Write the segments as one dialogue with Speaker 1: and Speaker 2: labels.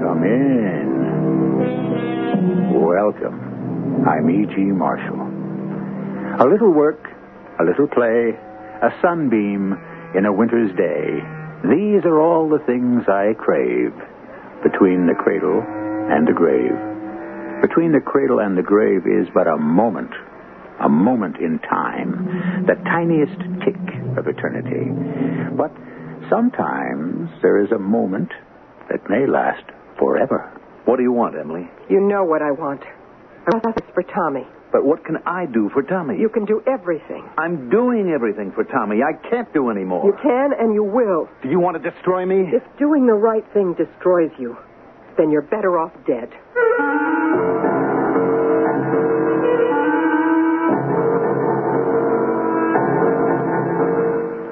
Speaker 1: Come in. Welcome. I'm E.G. Marshall. A little work, a little play, a sunbeam in a winter's day. These are all the things I crave between the cradle and the grave. Between the cradle and the grave is but a moment, a moment in time, the tiniest tick of eternity. But sometimes there is a moment that may last forever. What do you want, Emily?
Speaker 2: You know what I want. I want this for Tommy.
Speaker 1: But what can I do for Tommy?
Speaker 2: You can do everything.
Speaker 1: I'm doing everything for Tommy. I can't do any more.
Speaker 2: You can and you will.
Speaker 1: Do you want to destroy me?
Speaker 2: If doing the right thing destroys you, then you're better off dead.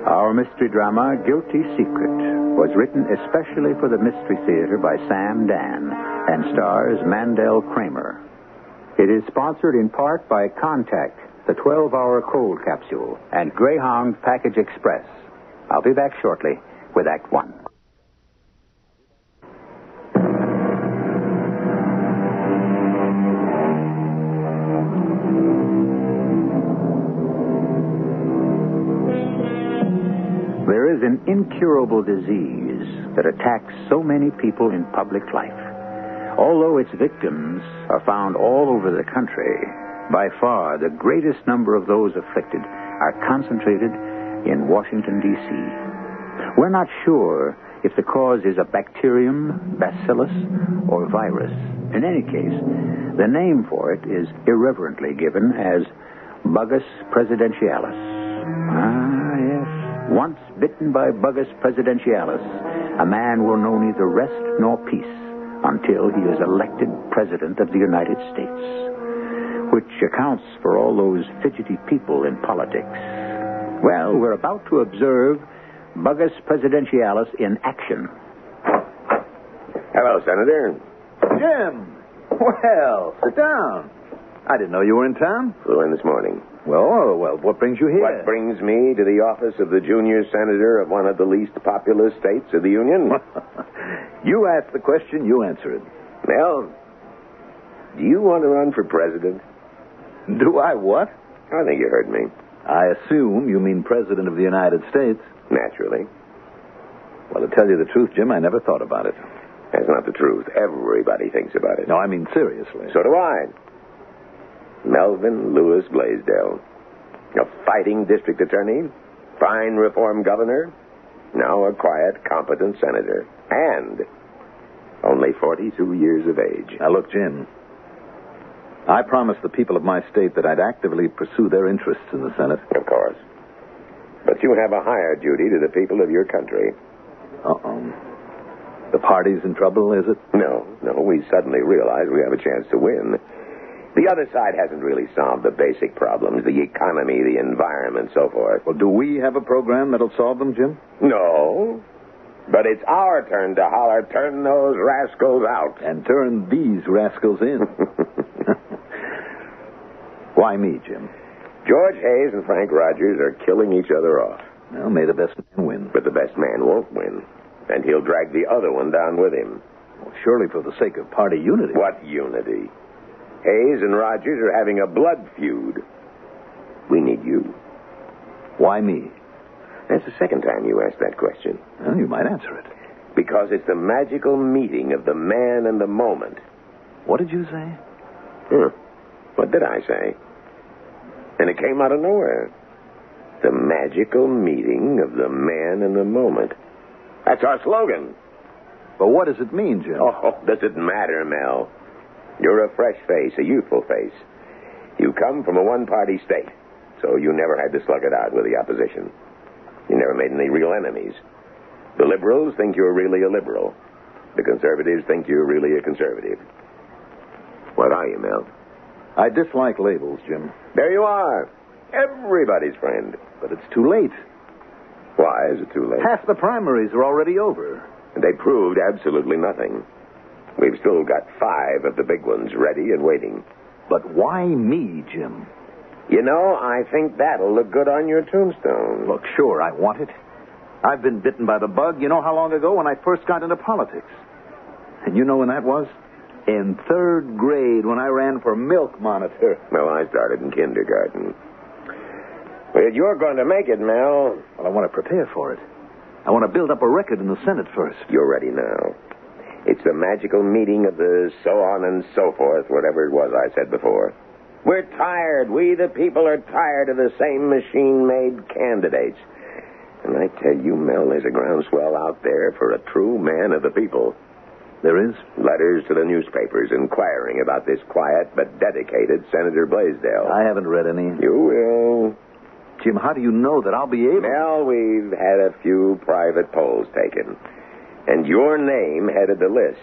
Speaker 1: Our mystery drama, Guilty Secret, was written especially for the Mystery Theater by Sam Dan and stars Mandel Kramer. It is sponsored in part by Contact, the 12 hour cold capsule, and Greyhound Package Express. I'll be back shortly with Act One. There is an incurable disease that attacks so many people in public life. Although its victims are found all over the country, by far the greatest number of those afflicted are concentrated in Washington, D.C. We're not sure if the cause is a bacterium, bacillus, or virus. In any case, the name for it is irreverently given as Bugus presidentialis. Ah, yes. Once bitten by Bugus presidentialis, a man will know neither rest nor peace until he is elected President of the United States, which accounts for all those fidgety people in politics. Well, we're about to observe Bugus presidentialis in action.
Speaker 3: Hello, Senator.
Speaker 4: Jim! Well, sit down. I didn't know you were in town.
Speaker 3: Flew in this morning.
Speaker 4: Well, well, what brings you here?
Speaker 3: What brings me to the office of the junior senator of one of the least populous states of the Union?
Speaker 4: you ask the question, you answer it.
Speaker 3: Well, do you want to run for president?
Speaker 4: Do I what?
Speaker 3: I think you heard me.
Speaker 4: I assume you mean President of the United States.
Speaker 3: Naturally.
Speaker 4: Well, to tell you the truth, Jim, I never thought about it.
Speaker 3: That's not the truth. Everybody thinks about it.
Speaker 4: No, I mean seriously.
Speaker 3: So do I. Melvin Lewis Blaisdell. A fighting district attorney, fine reform governor, now a quiet, competent senator, and only 42 years of age.
Speaker 4: Now, look, Jim. I promised the people of my state that I'd actively pursue their interests in the Senate.
Speaker 3: Of course. But you have a higher duty to the people of your country.
Speaker 4: Uh-oh. The party's in trouble, is it?
Speaker 3: No, no, we suddenly realize we have a chance to win. The other side hasn't really solved the basic problems the economy, the environment, so forth.
Speaker 4: Well, do we have a program that'll solve them, Jim?
Speaker 3: No. But it's our turn to holler, turn those rascals out.
Speaker 4: And turn these rascals in. Why me, Jim?
Speaker 3: George Hayes and Frank Rogers are killing each other off.
Speaker 4: Well, may the best man win.
Speaker 3: But the best man won't win. And he'll drag the other one down with him.
Speaker 4: Well, surely for the sake of party unity.
Speaker 3: What unity? Hayes and Rogers are having a blood feud. We need you.
Speaker 4: Why me?
Speaker 3: That's the second time you asked that question.
Speaker 4: Well, you might answer it.
Speaker 3: Because it's the magical meeting of the man and the moment.
Speaker 4: What did you say?
Speaker 3: Huh. What did I say? And it came out of nowhere. The magical meeting of the man and the moment. That's our slogan.
Speaker 4: But what does it mean, Jim?
Speaker 3: Oh, does it matter, Mel? You're a fresh face, a youthful face. You come from a one party state, so you never had to slug it out with the opposition. You never made any real enemies. The liberals think you're really a liberal. The conservatives think you're really a conservative. What are you, Mel?
Speaker 1: I dislike labels, Jim,
Speaker 3: There you are. Everybody's friend.
Speaker 1: but it's too late.
Speaker 3: Why is it too late?
Speaker 1: Half the primaries are already over.
Speaker 3: They proved absolutely nothing. We've still got five of the big ones ready and waiting.
Speaker 1: But why me, Jim?
Speaker 3: You know, I think that'll look good on your tombstone.
Speaker 1: Look, sure, I want it. I've been bitten by the bug, you know how long ago when I first got into politics. And you know when that was? In third grade when I ran for milk monitor.
Speaker 3: Well, I started in kindergarten. Well, you're going to make it, Mel.
Speaker 1: Well, I want to prepare for it. I want to build up a record in the Senate first.
Speaker 3: You're ready now. It's the magical meeting of the so on and so forth, whatever it was I said before. We're tired. We, the people, are tired of the same machine made candidates. And I tell you, Mel, there's a groundswell out there for a true man of the people.
Speaker 1: There is?
Speaker 3: Letters to the newspapers inquiring about this quiet but dedicated Senator Blaisdell.
Speaker 1: I haven't read any.
Speaker 3: You will.
Speaker 1: Jim, how do you know that I'll be able
Speaker 3: Mel, we've had a few private polls taken, and your name headed the list.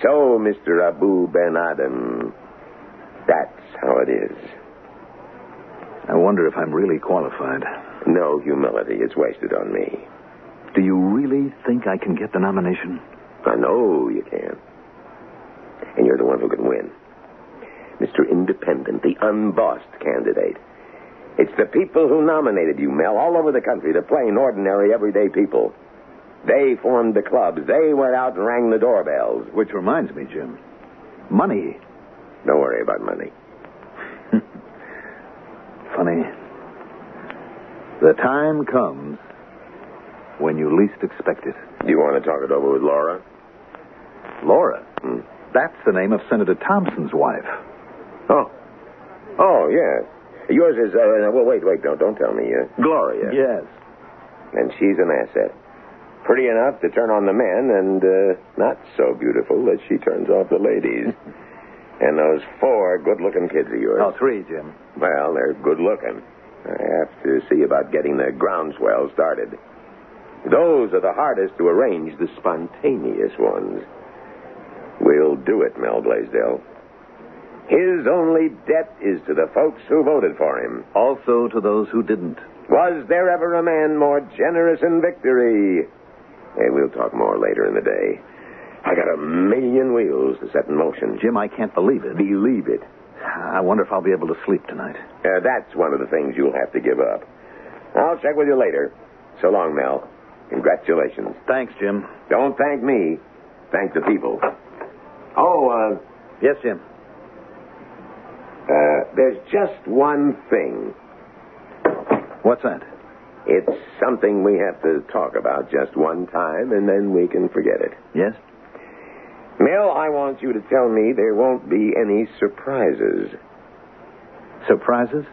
Speaker 3: So, Mr. Abu Ben Adam, that's how it is.
Speaker 1: I wonder if I'm really qualified.
Speaker 3: No humility is wasted on me.
Speaker 1: Do you really think I can get the nomination?
Speaker 3: I know you can. And you're the one who can win. Mr. Independent, the unbossed candidate. It's the people who nominated you, Mel, all over the country, the plain, ordinary, everyday people. They formed the clubs. They went out and rang the doorbells.
Speaker 1: Which reminds me, Jim. Money.
Speaker 3: Don't worry about money.
Speaker 1: Funny. The time comes when you least expect it.
Speaker 3: Do you want to talk it over with Laura?
Speaker 1: Laura.
Speaker 3: Hmm.
Speaker 1: That's the name of Senator Thompson's wife.
Speaker 3: Oh. Oh, yes. Yours is, uh, well, wait, wait, don't, don't tell me. Uh, Gloria.
Speaker 1: Yes.
Speaker 3: And she's an asset. Pretty enough to turn on the men, and uh, not so beautiful that she turns off the ladies. and those four good looking kids of yours.
Speaker 1: Oh, three, Jim.
Speaker 3: Well, they're good looking. I have to see about getting the groundswell started. Those are the hardest to arrange, the spontaneous ones. We'll do it, Mel Blaisdell. His only debt is to the folks who voted for him.
Speaker 1: Also to those who didn't.
Speaker 3: Was there ever a man more generous in victory? Hey, we'll talk more later in the day. I got a million wheels to set in motion.
Speaker 1: Jim, I can't believe it.
Speaker 3: Believe it.
Speaker 1: I wonder if I'll be able to sleep tonight.
Speaker 3: Uh, that's one of the things you'll have to give up. I'll check with you later. So long, Mel. Congratulations.
Speaker 1: Thanks, Jim.
Speaker 3: Don't thank me. Thank the people. Oh, uh,
Speaker 1: Yes, Jim.
Speaker 3: uh, there's just one thing.
Speaker 1: What's that?
Speaker 3: It's something we have to talk about just one time, and then we can forget it.
Speaker 1: Yes?
Speaker 3: Mel, I want you to tell me there won't be any surprises.
Speaker 1: Surprises?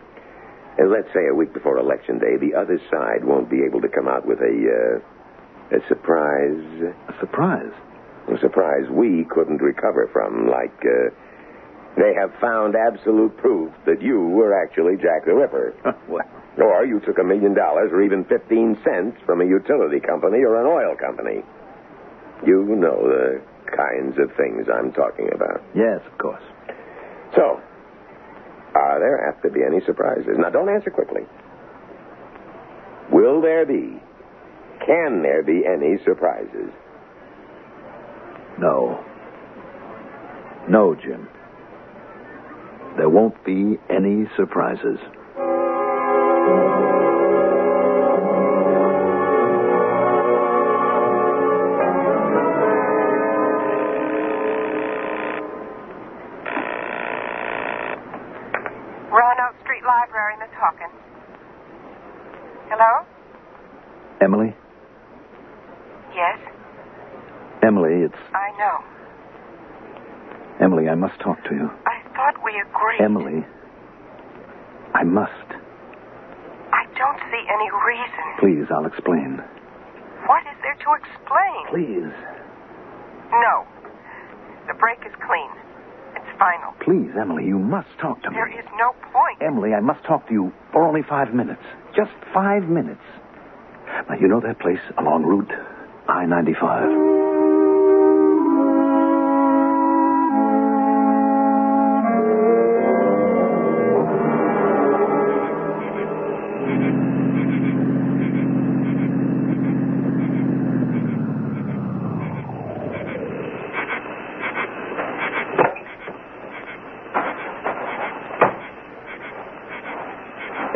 Speaker 3: And let's say a week before election day, the other side won't be able to come out with a, uh, a surprise.
Speaker 1: A surprise?
Speaker 3: A surprise we couldn't recover from, like, uh, they have found absolute proof that you were actually Jack the Ripper.
Speaker 1: what?
Speaker 3: Or you took a million dollars or even 15 cents from a utility company or an oil company. You know the kinds of things I'm talking about.
Speaker 1: Yes, of course.
Speaker 3: So, are there apt to be any surprises? Now, don't answer quickly. Will there be? Can there be any surprises?
Speaker 1: No. No, Jim. There won't be any surprises.
Speaker 5: Roanoke Street Library, Miss Hawkins. Hello?
Speaker 1: Emily?
Speaker 5: Yes,
Speaker 1: Emily, it's.
Speaker 5: I know.
Speaker 1: Emily, I must talk to you.
Speaker 5: I thought we agreed.
Speaker 1: Emily, I must.
Speaker 5: I don't see any reason.
Speaker 1: Please, I'll explain.
Speaker 5: What is there to explain?
Speaker 1: Please.
Speaker 5: No. The break is clean. It's final.
Speaker 1: Please, Emily, you must talk to me.
Speaker 5: There is no point.
Speaker 1: Emily, I must talk to you for only five minutes. Just five minutes. Now, you know that place along Route I 95?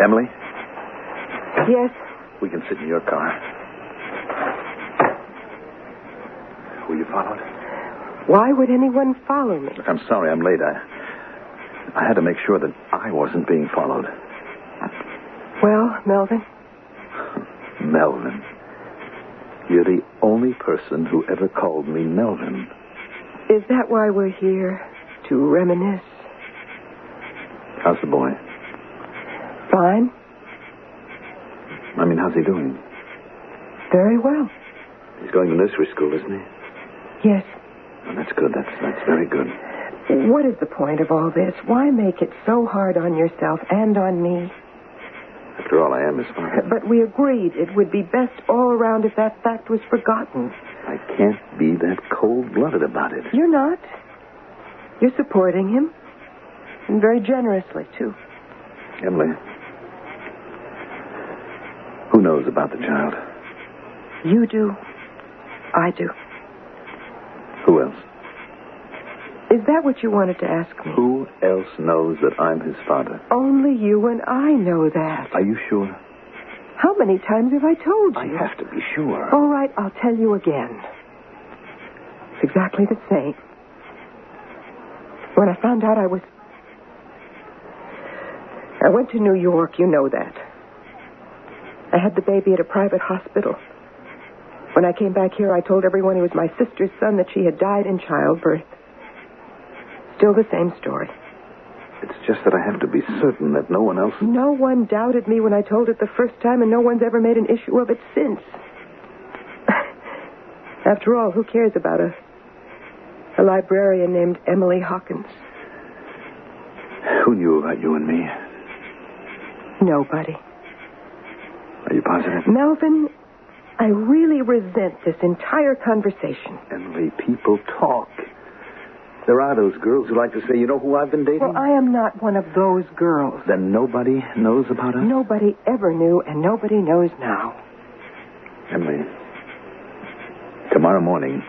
Speaker 1: Emily,
Speaker 2: Yes?
Speaker 1: we can sit in your car. Were you followed?
Speaker 2: Why would anyone follow me?
Speaker 1: Look, I'm sorry I'm late. I, I had to make sure that I wasn't being followed.
Speaker 2: Well, Melvin,
Speaker 1: Melvin. You're the only person who ever called me Melvin.
Speaker 2: is that why we're here? To reminisce?
Speaker 1: How's the boy?
Speaker 2: Fine.
Speaker 1: I mean, how's he doing?
Speaker 2: Very well.
Speaker 1: He's going to nursery school, isn't he?
Speaker 2: Yes.
Speaker 1: Well, that's good. That's that's very good.
Speaker 2: What is the point of all this? Why make it so hard on yourself and on me?
Speaker 1: After all, I am his father.
Speaker 2: But we agreed it would be best all around if that fact was forgotten.
Speaker 1: I can't be that cold-blooded about it.
Speaker 2: You're not. You're supporting him. And very generously, too.
Speaker 1: Emily, who knows about the child?
Speaker 2: You do. I do.
Speaker 1: Who else?
Speaker 2: Is that what you wanted to ask me?
Speaker 1: Who else knows that I'm his father?
Speaker 2: Only you and I know that.
Speaker 1: Are you sure?
Speaker 2: How many times have I told
Speaker 1: I
Speaker 2: you?
Speaker 1: have to be sure.
Speaker 2: All right, I'll tell you again. It's exactly the same. When I found out I was. I went to New York, you know that. I had the baby at a private hospital. When I came back here, I told everyone he was my sister's son that she had died in childbirth. Still the same story.
Speaker 1: It's just that I have to be certain that no one else.
Speaker 2: No one doubted me when I told it the first time, and no one's ever made an issue of it since. After all, who cares about a a librarian named Emily Hawkins?
Speaker 1: Who knew about you and me?
Speaker 2: Nobody.
Speaker 1: Are you positive?
Speaker 2: Melvin, I really resent this entire conversation.
Speaker 1: Emily, people talk. There are those girls who like to say, you know who I've been dating?
Speaker 2: Well, I am not one of those girls.
Speaker 1: Then nobody knows about us?
Speaker 2: Nobody ever knew, and nobody knows now.
Speaker 1: Emily, tomorrow morning,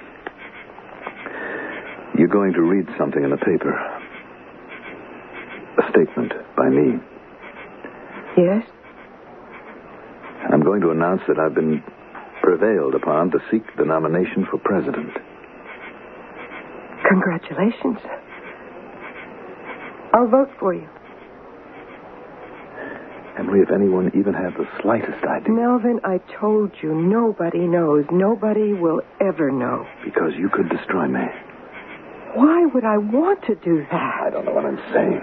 Speaker 1: you're going to read something in the paper. A statement by me.
Speaker 2: Yes?
Speaker 1: I'm going to announce that I've been prevailed upon to seek the nomination for president.
Speaker 2: Congratulations. I'll vote for you.
Speaker 1: Emily, if anyone even had the slightest idea,
Speaker 2: Melvin, I told you, nobody knows. Nobody will ever know.
Speaker 1: because you could destroy me.
Speaker 2: Why would I want to do
Speaker 1: I
Speaker 2: that?
Speaker 1: don't know what I'm saying.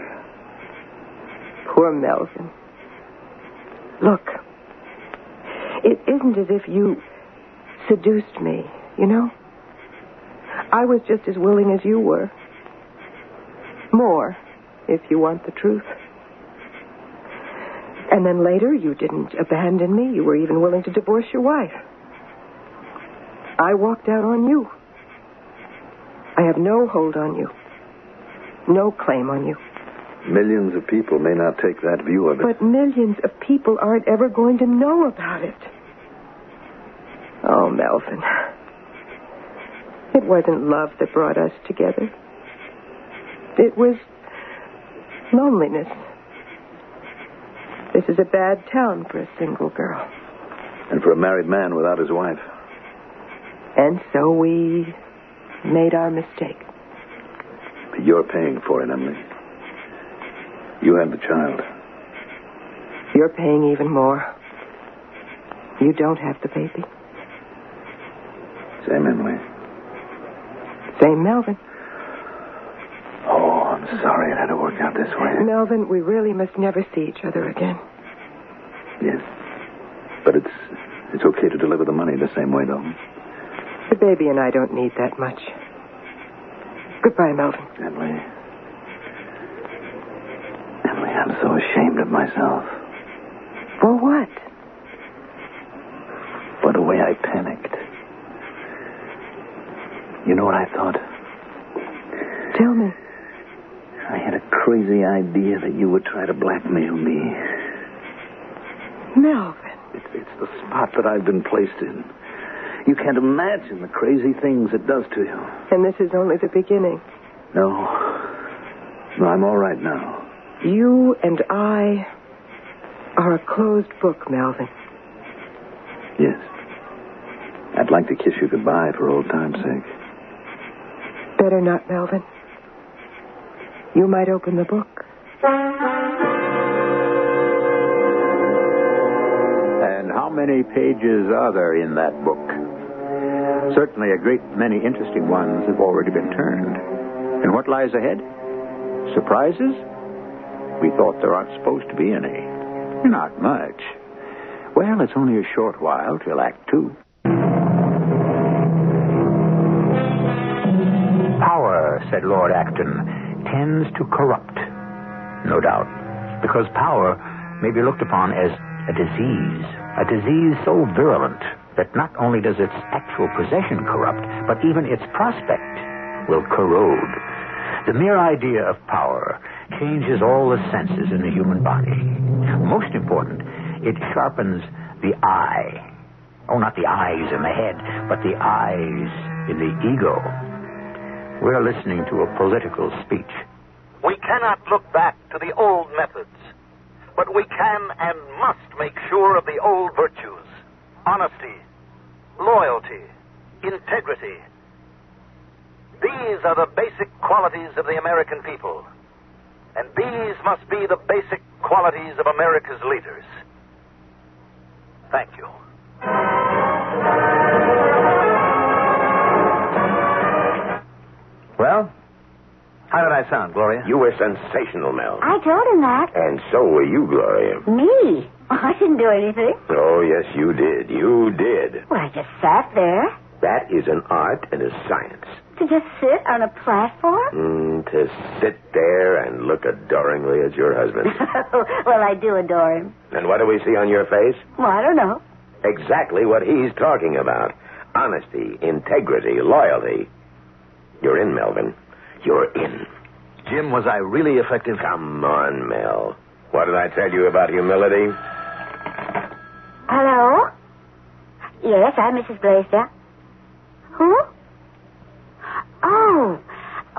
Speaker 2: Poor Melvin. Look, it isn't as if you seduced me, you know? I was just as willing as you were. More, if you want the truth. And then later, you didn't abandon me. You were even willing to divorce your wife. I walked out on you. I have no hold on you, no claim on you.
Speaker 1: Millions of people may not take that view of it.
Speaker 2: But millions of people aren't ever going to know about it. Oh, Melvin. It wasn't love that brought us together. It was loneliness. This is a bad town for a single girl.
Speaker 1: And for a married man without his wife,
Speaker 2: And so we made our mistake.
Speaker 1: you're paying for it, Emily. You had the child.
Speaker 2: You're paying even more. You don't have the baby.
Speaker 1: Same, Emily.
Speaker 2: Same Melvin.
Speaker 1: Oh, I'm sorry it had to work out this way.
Speaker 2: Melvin, we really must never see each other again.
Speaker 1: Yes. But it's it's okay to deliver the money the same way, though.
Speaker 2: The baby and I don't need that much. Goodbye, Melvin.
Speaker 1: Emily. Emily, I'm so ashamed of myself
Speaker 2: For what?
Speaker 1: for the way I panicked. You know what I thought?
Speaker 2: Tell me.
Speaker 1: I had a crazy idea that you would try to blackmail me.
Speaker 2: Melvin.
Speaker 1: It's, it's the spot that I've been placed in. You can't imagine the crazy things it does to you.
Speaker 2: And this is only the beginning.
Speaker 1: No. No, I'm all right now.
Speaker 2: You and I are a closed book, Melvin.
Speaker 1: Yes. I'd like to kiss you goodbye for old time's sake.
Speaker 2: Better not, Melvin. You might open the book.
Speaker 6: And how many pages are there in that book? Certainly, a great many interesting ones have already been turned. And what lies ahead? Surprises? We thought there aren't supposed to be any. Not much. Well, it's only a short while till Act Two. Power, said Lord Acton, tends to corrupt. No doubt. Because power may be looked upon as a disease. A disease so virulent that not only does its actual possession corrupt, but even its prospect will corrode. The mere idea of power changes all the senses in the human body. Most important, it sharpens the eye. Oh, not the eyes in the head, but the eyes in the ego. We're listening to a political speech.
Speaker 7: We cannot look back to the old methods, but we can and must make sure of the old virtues honesty, loyalty, integrity. These are the basic qualities of the American people, and these must be the basic qualities of America's leaders. Thank you.
Speaker 1: Well, how did I sound, Gloria?
Speaker 3: You were sensational, Mel.
Speaker 8: I Mm. told him that.
Speaker 3: And so were you, Gloria.
Speaker 8: Me? I didn't do anything.
Speaker 3: Oh, yes, you did. You did.
Speaker 8: Well, I just sat there
Speaker 3: That is an art and a science.
Speaker 8: to just sit on a platform.
Speaker 3: Mm, to sit there and look adoringly at your husband.
Speaker 8: well, I do adore him.
Speaker 3: and what do we see on your face?
Speaker 8: Well, I don't know.
Speaker 3: Exactly what he's talking about honesty, integrity, loyalty. You're in, Melvin. You're in.
Speaker 1: Jim, was I really effective?
Speaker 3: Come on, Mel. What did I tell you about humility?
Speaker 8: Hello? Yes, I'm Mrs. Blaisdell. Who? Oh,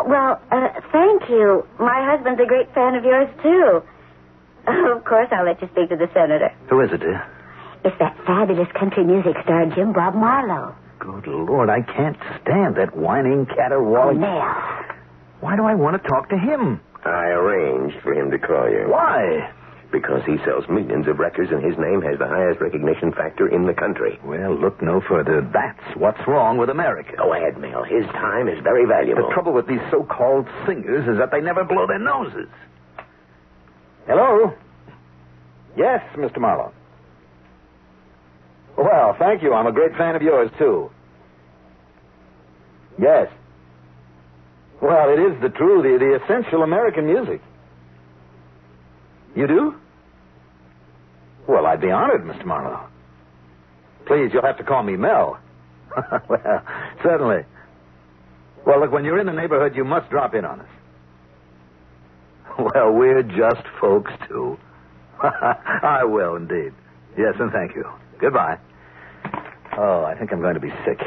Speaker 8: well, uh, thank you. My husband's a great fan of yours, too. Of course, I'll let you speak to the senator.
Speaker 1: Who is it, dear?
Speaker 8: It's that fabulous country music star, Jim Bob Marlowe.
Speaker 1: Good Lord, I can't stand that whining caterwauling.
Speaker 8: Now,
Speaker 1: Why do I want to talk to him?
Speaker 3: I arranged for him to call you.
Speaker 1: Why?
Speaker 3: Because he sells millions of records and his name has the highest recognition factor in the country.
Speaker 1: Well, look no further. That's what's wrong with America.
Speaker 3: Go ahead, Mel. His time is very valuable.
Speaker 1: The trouble with these so-called singers is that they never blow their noses. Hello? Yes, Mr. Marlowe. Well, thank you. I'm a great fan of yours, too. Yes. Well, it is the true, the, the essential American music. You do? Well, I'd be honored, Mr. Marlowe. Please, you'll have to call me Mel. well, certainly. Well, look, when you're in the neighborhood, you must drop in on us. Well, we're just folks, too. I will, indeed. Yes, and thank you. Goodbye. Oh, I think I'm going to be sick.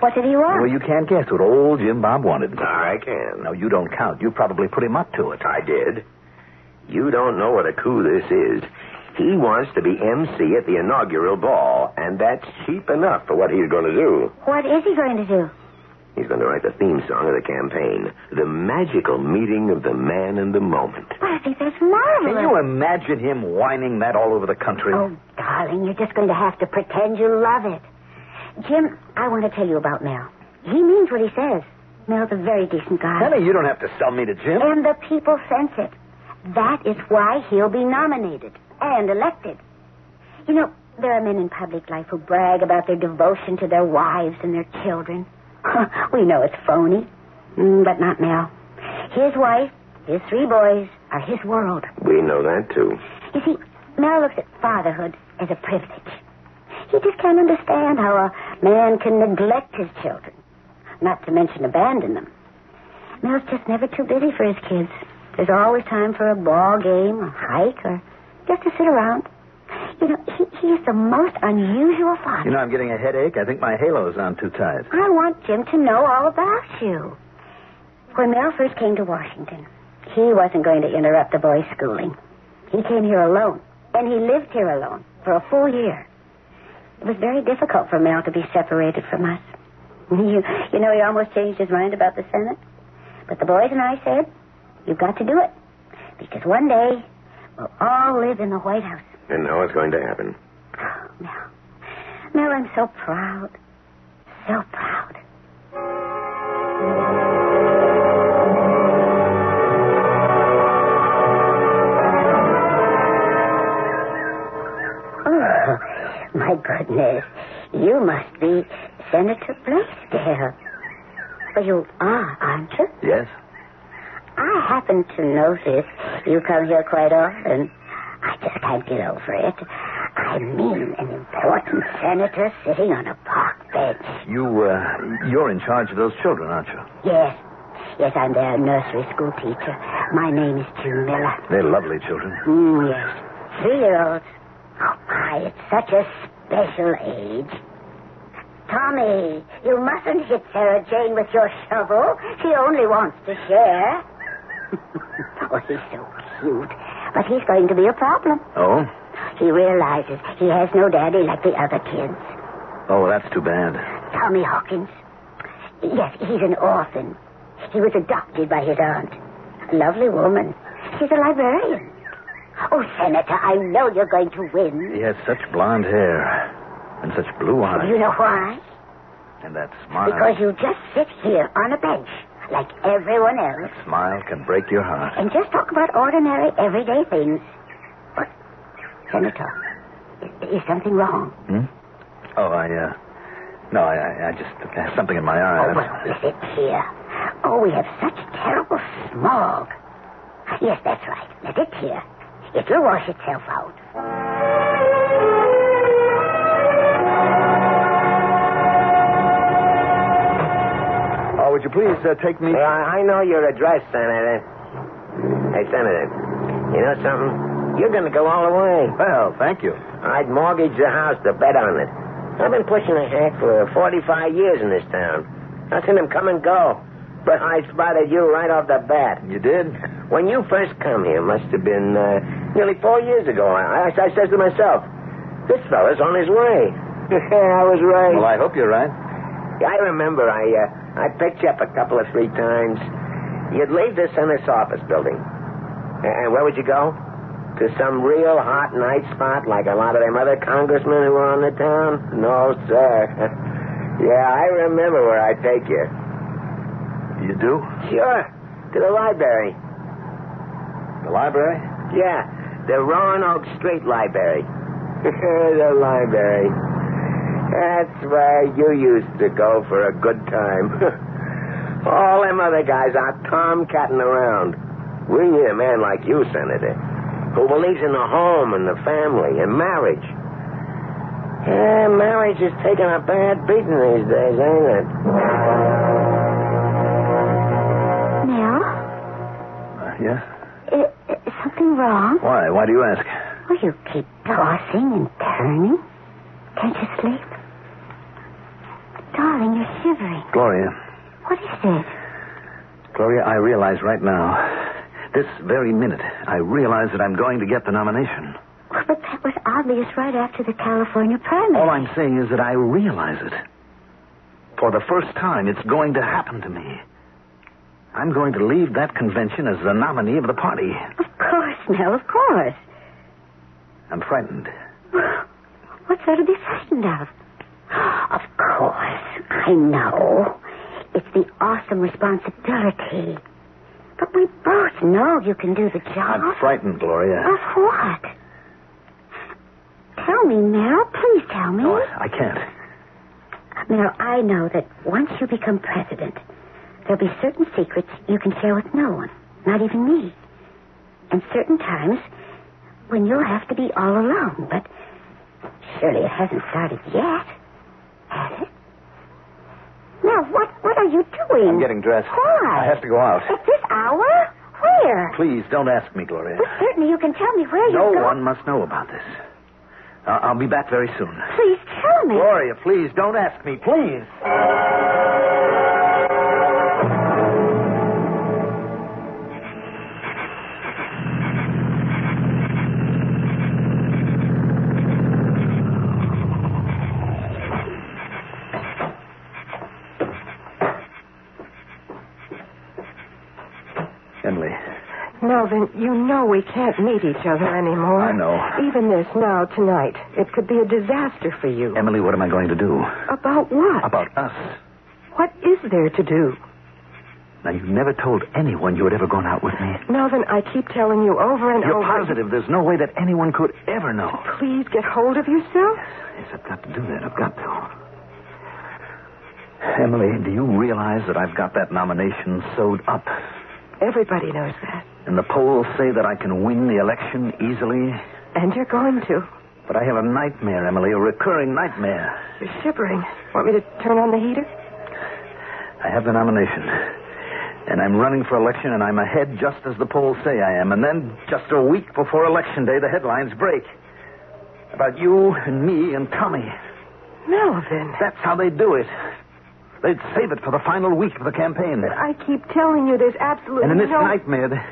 Speaker 8: what did he want?
Speaker 1: Well, you can't guess what old Jim Bob wanted.
Speaker 3: I can.
Speaker 1: No, you don't count. You probably put him up to it.
Speaker 3: I did. You don't know what a coup this is. He wants to be MC at the inaugural ball, and that's cheap enough for what he's going to do.
Speaker 8: What is he going to do?
Speaker 3: He's going to write the theme song of the campaign The Magical Meeting of the Man and the Moment.
Speaker 8: Well, I think that's
Speaker 1: Can
Speaker 8: marvelous.
Speaker 1: you imagine him whining that all over the country?
Speaker 8: Oh, darling, you're just going to have to pretend you love it. Jim, I want to tell you about Mel. He means what he says. Mel's a very decent guy.
Speaker 1: Penny, you don't have to sell me to Jim.
Speaker 8: And the people sense it. That is why he'll be nominated and elected. You know, there are men in public life who brag about their devotion to their wives and their children. we know it's phony, Mm, but not Mel. His wife, his three boys, are his world.
Speaker 3: We know that, too.
Speaker 8: You see, Mel looks at fatherhood as a privilege. He just can't understand how a man can neglect his children, not to mention abandon them. Mel's just never too busy for his kids. There's always time for a ball game, a hike, or just to sit around. You know, he, he is the most unusual father.
Speaker 1: You know, I'm getting a headache. I think my halo's on too tight.
Speaker 8: I want Jim to know all about you. When Mel first came to Washington, he wasn't going to interrupt the boys' schooling. He came here alone. when he lived here alone for a full year. It was very difficult for Mel to be separated from us. You, you know, he almost changed his mind about the Senate. But the boys and I said, you've got to do it. Because one day, we'll all live in the White House.
Speaker 3: And now it's going to happen.
Speaker 8: Oh, Mel. Mel, I'm so proud. So proud. Oh, my goodness. You must be Senator Blaisdell. Well, you are, aren't you?
Speaker 1: Yes?
Speaker 8: I happen to notice you come here quite often. I just can't get over it. I mean, an important senator sitting on a park bench.
Speaker 1: You, uh, you're in charge of those children, aren't you?
Speaker 8: Yes. Yes, I'm their nursery school teacher. My name is June Miller.
Speaker 1: They're lovely children.
Speaker 8: Mm, yes. Three year olds. Oh, my, it's such a special age. Tommy, you mustn't hit Sarah Jane with your shovel. She only wants to share. oh, he's so cute. But he's going to be a problem.
Speaker 1: Oh?
Speaker 8: He realizes he has no daddy like the other kids.
Speaker 1: Oh, that's too bad.
Speaker 8: Tommy Hawkins. Yes, he's an orphan. He was adopted by his aunt. A lovely woman. She's a librarian. Oh, Senator, I know you're going to win.
Speaker 1: He has such blonde hair and such blue eyes.
Speaker 8: Do you know why?
Speaker 1: And that smile.
Speaker 8: Because you just sit here on a bench like everyone else
Speaker 1: That smile can break your heart.
Speaker 8: and just talk about ordinary, everyday things. But, Senator, is, is something wrong?
Speaker 1: Hmm? Oh, I, uh. No, I, I, I just. There's something in my eye.
Speaker 8: Oh, well, is it here? Oh, we have such terrible smog. Yes, that's right. Let it here. It will wash itself out.
Speaker 1: Oh, would you please uh, take me.
Speaker 3: Well, I know your address, Senator. Hey, Senator, you know something? You're going to go all the way.
Speaker 1: Well, thank you.
Speaker 3: I'd mortgage the house to bet on it. I've been pushing the hack for 45 years in this town. I've seen him come and go. But I spotted you right off the bat.
Speaker 1: You did?
Speaker 3: When you first come here, must have been uh, nearly four years ago, I, I, I says to myself, this fella's on his way. I was right.
Speaker 1: Well, I hope you're right.
Speaker 3: I remember I uh, I picked you up a couple of three times. You'd leave the Senate's office building. And where would you go? To some real hot night spot like a lot of them other congressmen who are on the town? No, sir. yeah, I remember where I'd take you.
Speaker 1: You do?
Speaker 3: Sure. To the library.
Speaker 1: The library?
Speaker 3: Yeah, the Roanoke Street Library. the library. That's where you used to go for a good time. All them other guys are tomcatting around. We need a man like you, Senator, who believes in the home and the family and marriage. Yeah, marriage is taking a bad beating these days, ain't it?
Speaker 8: Mel,
Speaker 1: Uh, yes?
Speaker 8: is, is something wrong?
Speaker 1: Why? Why do you ask?
Speaker 8: Well, Oh, you keep tossing and turning. Can't you sleep? Darling, you're shivering.
Speaker 1: Gloria.
Speaker 8: What is it?
Speaker 1: Gloria, I realize right now, this very minute, I realize that I'm going to get the nomination.
Speaker 8: Well, but that was obvious right after the California primary.
Speaker 1: All I'm saying is that I realize it. For the first time, it's going to happen to me. I'm going to leave that convention as the nominee of the party.
Speaker 8: Of course, Mel, of course.
Speaker 1: I'm frightened.
Speaker 8: What's there to be frightened of? Of course, I know. It's the awesome responsibility. But we both know you can do the job.
Speaker 1: I'm frightened, Gloria.
Speaker 8: Of what? Tell me, Mel. Please tell me.
Speaker 1: No, I can't.
Speaker 8: Now, I know that once you become president, there'll be certain secrets you can share with no one, not even me. And certain times when you'll have to be all alone, but surely it hasn't started yet, has it? Now, what, what are you doing?
Speaker 1: I'm getting dressed.
Speaker 8: Why?
Speaker 1: I have to go out.
Speaker 8: At this hour? Where?
Speaker 1: Please don't ask me, Gloria.
Speaker 8: Well, certainly you can tell me where
Speaker 1: No
Speaker 8: you're going.
Speaker 1: one must know about this. I- I'll be back very soon.
Speaker 8: Please tell me.
Speaker 1: Gloria, please don't ask me, please.
Speaker 2: Melvin, you know we can't meet each other anymore.
Speaker 1: I know.
Speaker 2: Even this now, tonight, it could be a disaster for you.
Speaker 1: Emily, what am I going to do?
Speaker 2: About what?
Speaker 1: About us.
Speaker 2: What is there to do?
Speaker 1: Now, you never told anyone you had ever gone out with me.
Speaker 2: Melvin, I keep telling you over and
Speaker 1: You're
Speaker 2: over.
Speaker 1: positive there's no way that anyone could ever know.
Speaker 2: Please get hold of yourself.
Speaker 1: Yes, I've got to do that. I've got to. Emily, do you realize that I've got that nomination sewed up?
Speaker 2: Everybody knows that.
Speaker 1: And the polls say that I can win the election easily.
Speaker 2: And you're going to.
Speaker 1: But I have a nightmare, Emily, a recurring nightmare.
Speaker 2: You're shivering. Want me to turn on the heater?
Speaker 1: I have the nomination. And I'm running for election, and I'm ahead just as the polls say I am. And then, just a week before Election Day, the headlines break about you and me and Tommy.
Speaker 2: Melvin.
Speaker 1: That's how they do it. They'd save it for the final week of the campaign.
Speaker 2: I keep telling you there's absolutely
Speaker 1: And in this
Speaker 2: no...
Speaker 1: nightmare, the,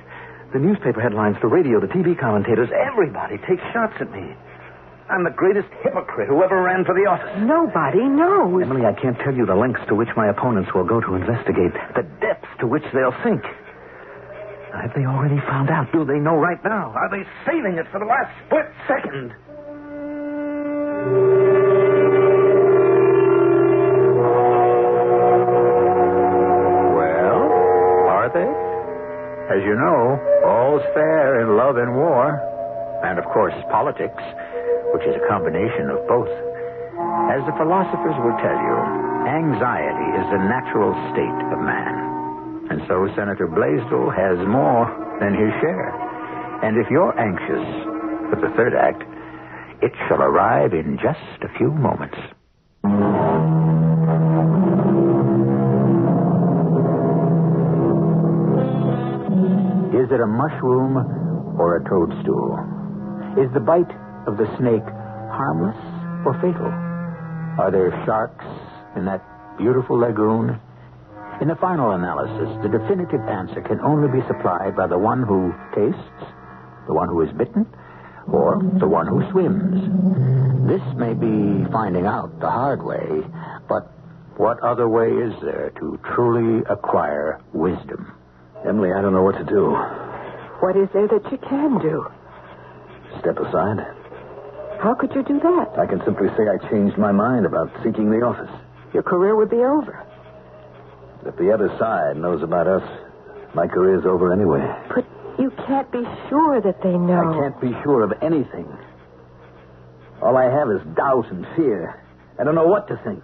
Speaker 1: the newspaper headlines, the radio, the TV commentators, everybody takes shots at me. I'm the greatest hypocrite who ever ran for the office.
Speaker 2: Nobody knows.
Speaker 1: Emily, I can't tell you the lengths to which my opponents will go to investigate, the depths to which they'll sink. Have they already found out? Do they know right now? Are they saving it for the last split second?
Speaker 9: Well, are they? As you know, all's fair in love and war. And, of course, politics, which is a combination of both. As the philosophers will tell you, anxiety is the natural state of man. And so Senator Blaisdell has more than his share. And if you're anxious for the third act, it shall arrive in just a few moments. Is it a mushroom or a toadstool? Is the bite of the snake harmless or fatal? Are there sharks in that beautiful lagoon? In the final analysis, the definitive answer can only be supplied by the one who tastes, the one who is bitten, or the one who swims. This may be finding out the hard way, but what other way is there to truly acquire wisdom?
Speaker 1: Emily, I don't know what to do.
Speaker 2: What is there that you can do?
Speaker 1: Step aside.
Speaker 2: How could you do that?
Speaker 1: I can simply say I changed my mind about seeking the office.
Speaker 2: Your career would be over.
Speaker 1: If the other side knows about us, my career's over anyway.
Speaker 2: But you can't be sure that they know.
Speaker 1: I can't be sure of anything. All I have is doubt and fear. I don't know what to think.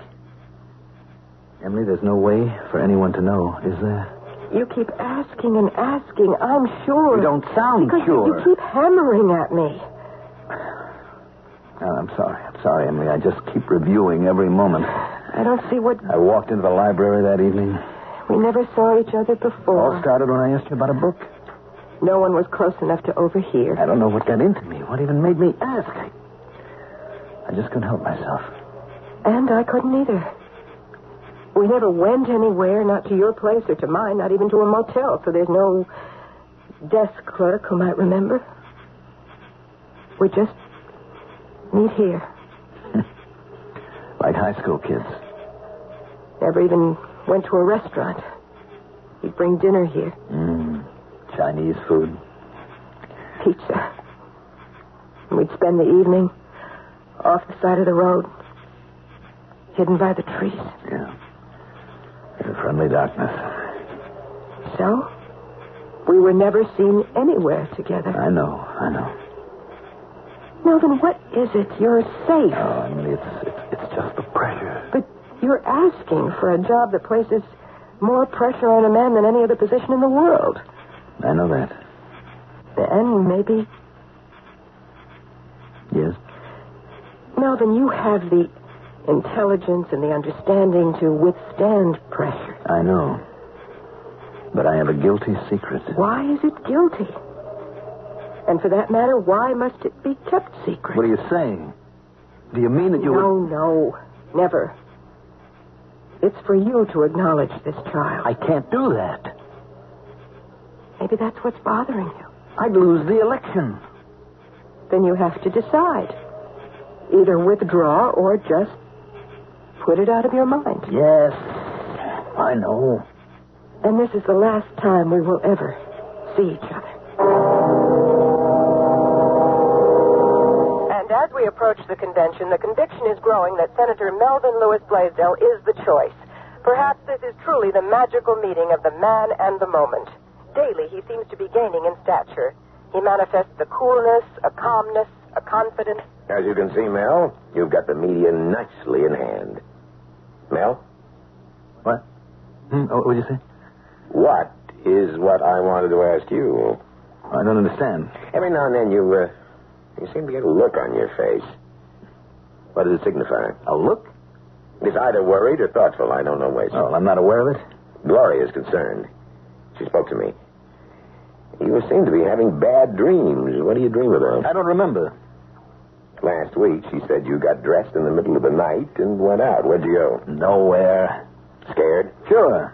Speaker 1: Emily, there's no way for anyone to know, is there?
Speaker 2: You keep asking and asking. I'm sure.
Speaker 1: You don't sound
Speaker 2: because
Speaker 1: sure.
Speaker 2: you keep hammering at me.
Speaker 1: Oh, I'm sorry. I'm sorry, Emily. I just keep reviewing every moment.
Speaker 2: I don't see what
Speaker 1: I walked into the library that evening.
Speaker 2: we never saw each other before.
Speaker 1: All started when I asked you about a book.
Speaker 2: No one was close enough to overhear.
Speaker 1: I don't know what got into me. What even made me ask? I, I just couldn't help myself.
Speaker 2: And I couldn't either. We never went anywhere, not to your place or to mine, not even to a motel, so there's no desk clerk who might remember. We just meet here.
Speaker 1: Like high school kids.
Speaker 2: Never even went to a restaurant. You'd bring dinner here.
Speaker 1: Mmm. Chinese food.
Speaker 2: pizza. And we'd spend the evening off the side of the road, hidden by the trees.
Speaker 1: Yeah. In friendly darkness.
Speaker 2: So, we were never seen anywhere together.
Speaker 1: I know, I know.
Speaker 2: Melvin, what is it? You're safe,
Speaker 1: Oh, Emily, it's, it's, it's just the pressure.
Speaker 2: but you're asking for a job that places more pressure on a man than any other position in the world.
Speaker 1: I know that.
Speaker 2: Then maybe,
Speaker 1: Yes?
Speaker 2: Melvin, you have the intelligence and the understanding to withstand pressure.
Speaker 1: I know. But I have a guilty secret.
Speaker 2: Why is it guilty? And for that matter, why must it be kept secret?
Speaker 1: What are you saying? Do you mean that you
Speaker 2: no,
Speaker 1: would...
Speaker 2: no, never. It's for you to acknowledge this trial.
Speaker 1: I can't do that.
Speaker 2: Maybe that's what's bothering you.
Speaker 1: I'd lose the election.
Speaker 2: Then you have to decide. Either withdraw or just put it out of your mind.
Speaker 1: Yes. I know.
Speaker 2: And this is the last time we will ever see each other.
Speaker 10: approach the convention, the conviction is growing that Senator Melvin Lewis Blaisdell is the choice. Perhaps this is truly the magical meeting of the man and the moment. Daily, he seems to be gaining in stature. He manifests a coolness, a calmness, a confidence.
Speaker 3: As you can see, Mel, you've got the media nicely in hand. Mel?
Speaker 1: What? Hmm, what would you say?
Speaker 3: What is what I wanted to ask you?
Speaker 1: I don't understand.
Speaker 3: Every now and then you, uh, you seem to get a look on your face. What does it signify?
Speaker 1: A look?
Speaker 3: It's either worried or thoughtful. I don't know which.
Speaker 1: Oh, I'm not aware of it.
Speaker 3: Gloria is concerned. She spoke to me. You seem to be having bad dreams. What do you dream about?
Speaker 1: I don't remember.
Speaker 3: Last week, she said you got dressed in the middle of the night and went out. Where'd you go?
Speaker 1: Nowhere.
Speaker 3: Scared?
Speaker 1: Sure.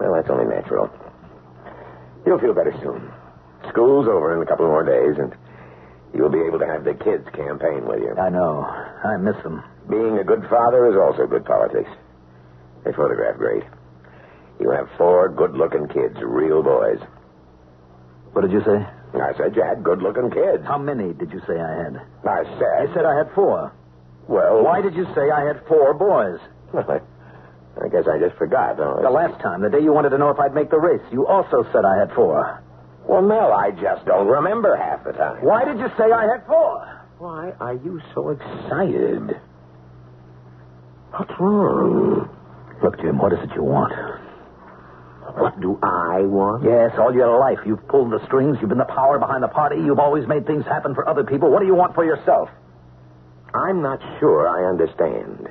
Speaker 3: Well, that's only natural. You'll feel better soon. School's over in a couple more days, and you'll be able to have the kids campaign with you.
Speaker 1: I know. I miss them.
Speaker 3: Being a good father is also good politics. They photograph great. You have four good looking kids, real boys.
Speaker 1: What did you say?
Speaker 3: I said you had good looking kids.
Speaker 1: How many did you say I had?
Speaker 3: I said.
Speaker 1: You said I had four.
Speaker 3: Well.
Speaker 1: Why did you say I had four boys?
Speaker 3: Well, I, I guess I just forgot. Oh,
Speaker 1: The last time, the day you wanted to know if I'd make the race, you also said I had four.
Speaker 3: Well, Mel, I just don't remember half the time.
Speaker 1: Why did you say I had four?
Speaker 3: Why are you so excited? What's wrong?
Speaker 1: Look, Jim, what is it you want?
Speaker 3: What do I want?
Speaker 1: Yes, all your life you've pulled the strings. You've been the power behind the party. You've always made things happen for other people. What do you want for yourself?
Speaker 3: I'm not sure I understand.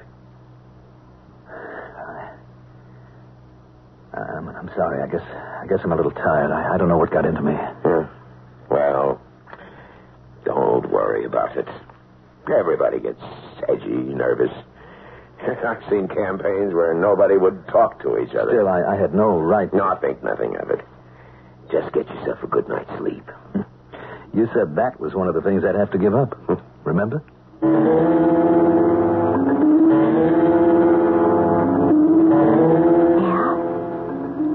Speaker 1: Um, I'm sorry. I guess I guess I'm a little tired. I, I don't know what got into me.
Speaker 3: Huh. Hmm. Well, don't worry about it. Everybody gets edgy, nervous. I've seen campaigns where nobody would talk to each other.
Speaker 1: Still, I, I had no right.
Speaker 3: No, I think nothing of it. Just get yourself a good night's sleep.
Speaker 1: Hmm. You said that was one of the things I'd have to give up. Remember?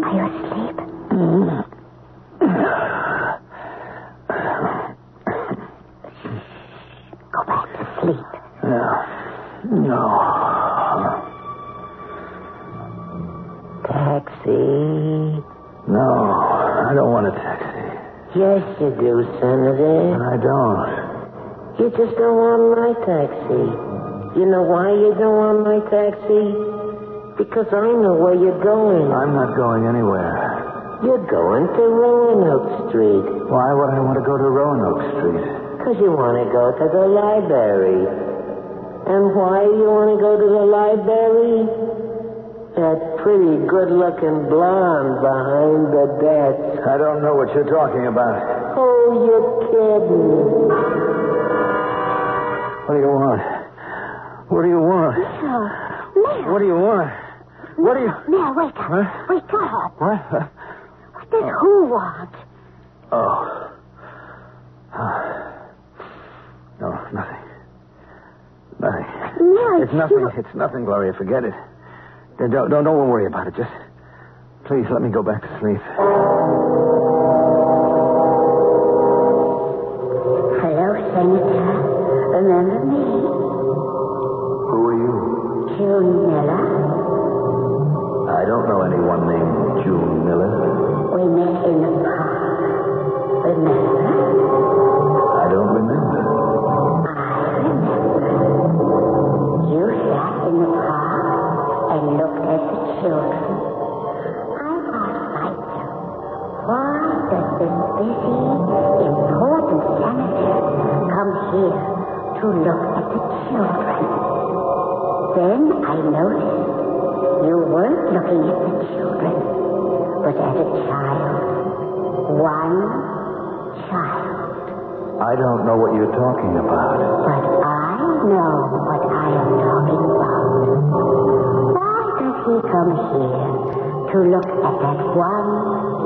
Speaker 8: Are you asleep? Go back to sleep.
Speaker 1: No.
Speaker 8: Taxi.
Speaker 1: No. I don't want a taxi.
Speaker 8: Yes, you do, Senator.
Speaker 1: I don't.
Speaker 8: You just don't want my taxi. You know why you don't want my taxi? Because I know where you're going.
Speaker 1: I'm not going anywhere.
Speaker 8: You're going to Roanoke Street.
Speaker 1: Why would I want to go to Roanoke Street?
Speaker 8: Because you want to go to the library. And why you want to go to the library? That pretty good-looking blonde behind the desk.
Speaker 1: I don't know what you're talking about.
Speaker 8: Oh, you're kidding.
Speaker 1: What do you want? What do you want?
Speaker 2: Oh,
Speaker 8: Mel,
Speaker 1: What do you want? What do you.
Speaker 8: Mel, wake up.
Speaker 1: Huh?
Speaker 8: Wake up.
Speaker 1: What?
Speaker 8: What does who want?
Speaker 1: Oh. No, nothing. Nothing.
Speaker 8: Mel,
Speaker 1: It's nothing. It's nothing, Gloria. Forget it. Don't, don't, don't worry about it. Just. Please let me go back to sleep.
Speaker 8: Hello, Senator. Remember me?
Speaker 1: Who are you?
Speaker 8: June Miller.
Speaker 1: I don't know anyone named June Miller.
Speaker 8: We met in the park. Remember?
Speaker 1: I don't remember.
Speaker 8: You sat in the park and looked at the children. I asked myself, why does this busy, important senator come here to look at the children? Then I noticed you weren't looking at the children, but at a child. One child.
Speaker 1: I don't know what you're talking about.
Speaker 8: But I know what I am talking about. Why does he come here to look at that one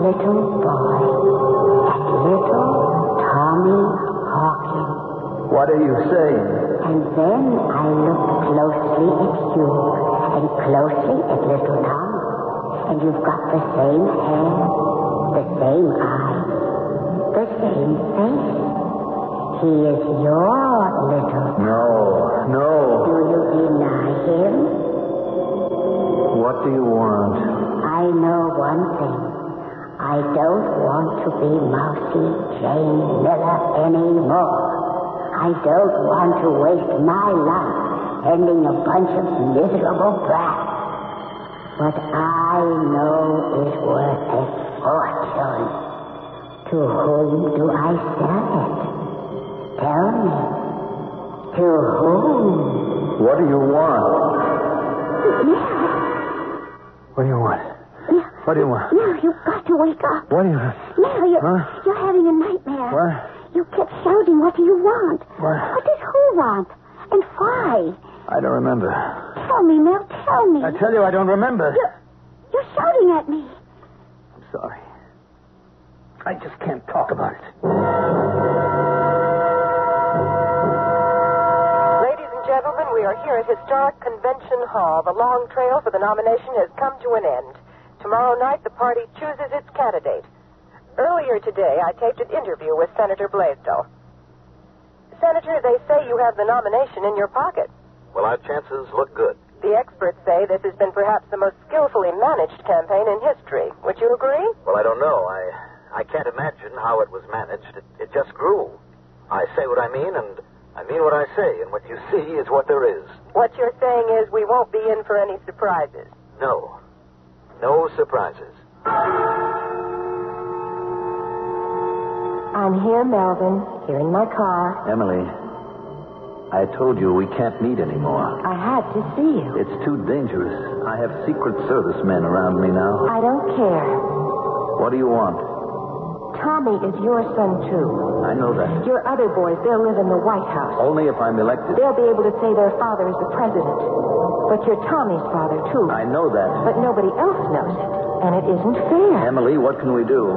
Speaker 8: little boy? That little Tommy Hawkins.
Speaker 1: What are you saying?
Speaker 8: And then I looked closely at you and closely at little Tom. And you've got the same hair, the same eyes, the same face. He is your little.
Speaker 1: No, no.
Speaker 8: Do you deny him?
Speaker 1: What do you want?
Speaker 8: I know one thing. I don't want to be Mousy Jane Miller anymore. I don't want to waste my life ending a bunch of miserable brats. What I know is worth a fortune. To whom do I sell it? Tell me. To whom?
Speaker 1: What do you want? What do you want? What do you want?
Speaker 8: Now you've got to wake up.
Speaker 1: What do you want?
Speaker 8: Now you're,
Speaker 1: Huh?
Speaker 8: you're having a nightmare.
Speaker 1: What?
Speaker 8: You kept shouting, what do you want?
Speaker 1: What?
Speaker 8: What does who want? And why?
Speaker 1: I don't remember.
Speaker 8: Tell me, Mel, tell me.
Speaker 1: I tell you, I don't remember.
Speaker 8: You're, you're shouting at me.
Speaker 1: I'm sorry. I just can't talk about it.
Speaker 10: Ladies and gentlemen, we are here at Historic Convention Hall. The long trail for the nomination has come to an end. Tomorrow night, the party chooses its candidate. Earlier today, I taped an interview with Senator Blaisdell. Senator, they say you have the nomination in your pocket.
Speaker 9: Well, our chances look good.
Speaker 10: The experts say this has been perhaps the most skillfully managed campaign in history. Would you agree?
Speaker 9: Well, I don't know. I I can't imagine how it was managed. It, it just grew. I say what I mean, and I mean what I say, and what you see is what there is.
Speaker 10: What you're saying is we won't be in for any surprises.
Speaker 9: No. No surprises.
Speaker 10: I'm here, Melvin. Here in my car.
Speaker 1: Emily, I told you we can't meet anymore.
Speaker 10: I had to see you.
Speaker 1: It's too dangerous. I have Secret Service men around me now.
Speaker 10: I don't care.
Speaker 1: What do you want?
Speaker 10: Tommy is your son, too.
Speaker 1: I know that.
Speaker 10: Your other boys, they'll live in the White House.
Speaker 1: Only if I'm elected.
Speaker 10: They'll be able to say their father is the president. But you're Tommy's father, too.
Speaker 1: I know that.
Speaker 10: But nobody else knows it. And it isn't fair.
Speaker 1: Emily, what can we do?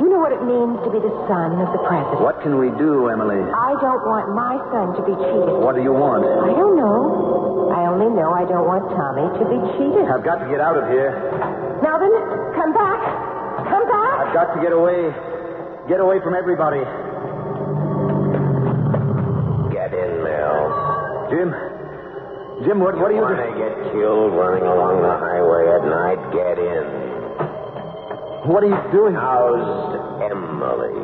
Speaker 10: You know what it means to be the son of the president.
Speaker 1: What can we do, Emily?
Speaker 10: I don't want my son to be cheated.
Speaker 1: What do you want?
Speaker 10: I don't know. I only know I don't want Tommy to be cheated.
Speaker 1: I've got to get out of here.
Speaker 10: Melvin, come back. Come back.
Speaker 1: I've got to get away. Get away from everybody.
Speaker 3: Get in, Mel.
Speaker 1: Jim. Jim, what, what are you
Speaker 3: Want
Speaker 1: doing?
Speaker 3: to get killed running along the highway at night? Get in.
Speaker 1: What are you doing?
Speaker 3: How's Emily?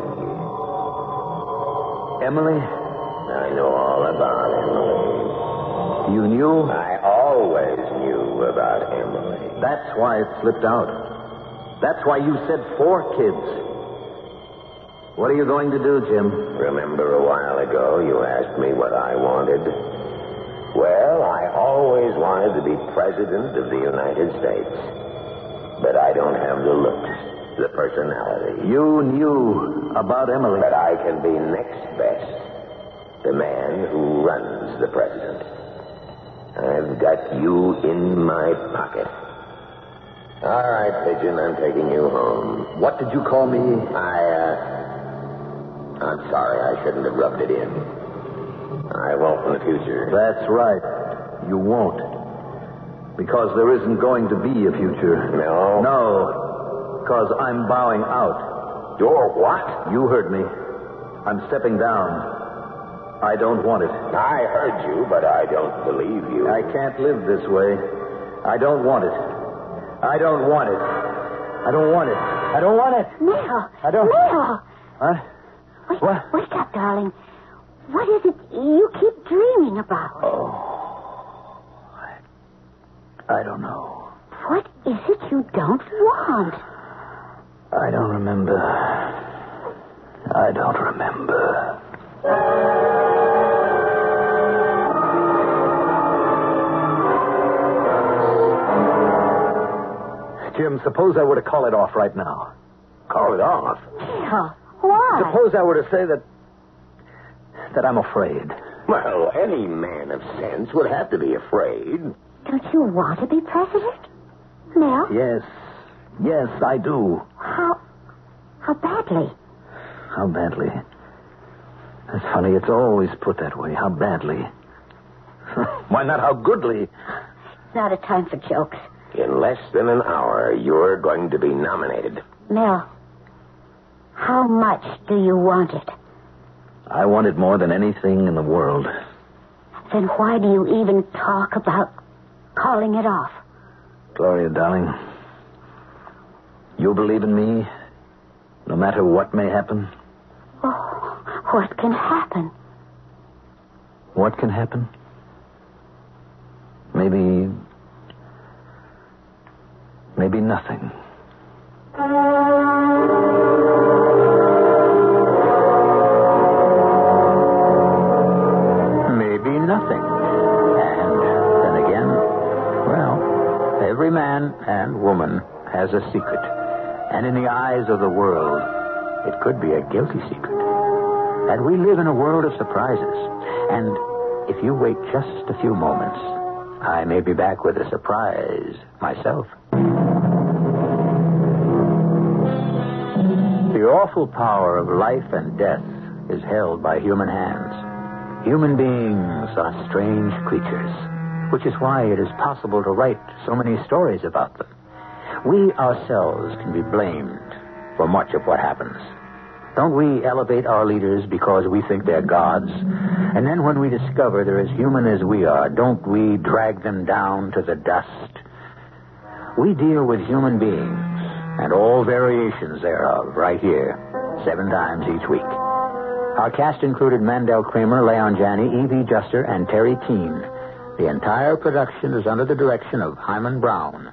Speaker 1: Emily,
Speaker 3: I know all about Emily.
Speaker 1: you knew?
Speaker 3: I always knew about Emily.
Speaker 1: That's why it slipped out. That's why you said four kids. What are you going to do, Jim?
Speaker 3: Remember a while ago you asked me what I wanted? Well, I always wanted to be president of the United States. But I don't have the looks, the personality.
Speaker 1: You knew about Emily.
Speaker 3: But I can be next best. The man who runs the president. I've got you in my pocket. All right, Pigeon, I'm taking you home.
Speaker 1: What did you call me?
Speaker 3: I, uh, I'm sorry, I shouldn't have rubbed it in. I won't in the future.
Speaker 1: That's right. You won't. Because there isn't going to be a future.
Speaker 3: No.
Speaker 1: No. Because I'm bowing out.
Speaker 3: Your what?
Speaker 1: You heard me. I'm stepping down. I don't want it.
Speaker 3: I heard you, but I don't believe you.
Speaker 1: I can't live this way. I don't want it. I don't want it. I don't want it. I don't want it.
Speaker 8: Mel.
Speaker 1: I don't-
Speaker 8: Mel.
Speaker 1: Huh?
Speaker 8: Wake,
Speaker 1: What?
Speaker 8: wake up, darling. What is it you keep dreaming about?
Speaker 1: Oh, I don't know.
Speaker 8: What is it you don't want?
Speaker 1: I don't remember. I don't remember. Jim, suppose I were to call it off right now.
Speaker 3: Call it off.
Speaker 8: Mel, why?
Speaker 1: Suppose I were to say that that I'm afraid.
Speaker 3: Well, any man of sense would have to be afraid.
Speaker 8: Don't you want to be president? Mel?
Speaker 1: Yes. Yes, I do.
Speaker 8: How how badly?
Speaker 1: How badly? That's funny. It's always put that way. How badly? Why not how goodly?
Speaker 8: Not a time for jokes.
Speaker 3: In less than an hour, you're going to be nominated.
Speaker 8: Mel, how much do you want it?
Speaker 1: I wanted more than anything in the world.
Speaker 8: Then why do you even talk about calling it off?
Speaker 1: Gloria, darling, you believe in me no matter what may happen?
Speaker 8: Oh, what can happen?
Speaker 1: What can happen? Maybe. Maybe nothing.
Speaker 9: Maybe nothing. And then again, well, every man and woman has a secret. And in the eyes of the world, it could be a guilty secret. And we live in a world of surprises. And if you wait just a few moments, I may be back with a surprise myself. The awful power of life and death is held by human hands. Human beings are strange creatures, which is why it is possible to write so many stories about them. We ourselves can be blamed for much of what happens. Don't we elevate our leaders because we think they're gods? And then when we discover they're as human as we are, don't we drag them down to the dust? We deal with human beings and all variations thereof right here, seven times each week. Our cast included Mandel Kramer, Leon Janney, Evie Juster, and Terry Keene. The entire production is under the direction of Hyman Brown.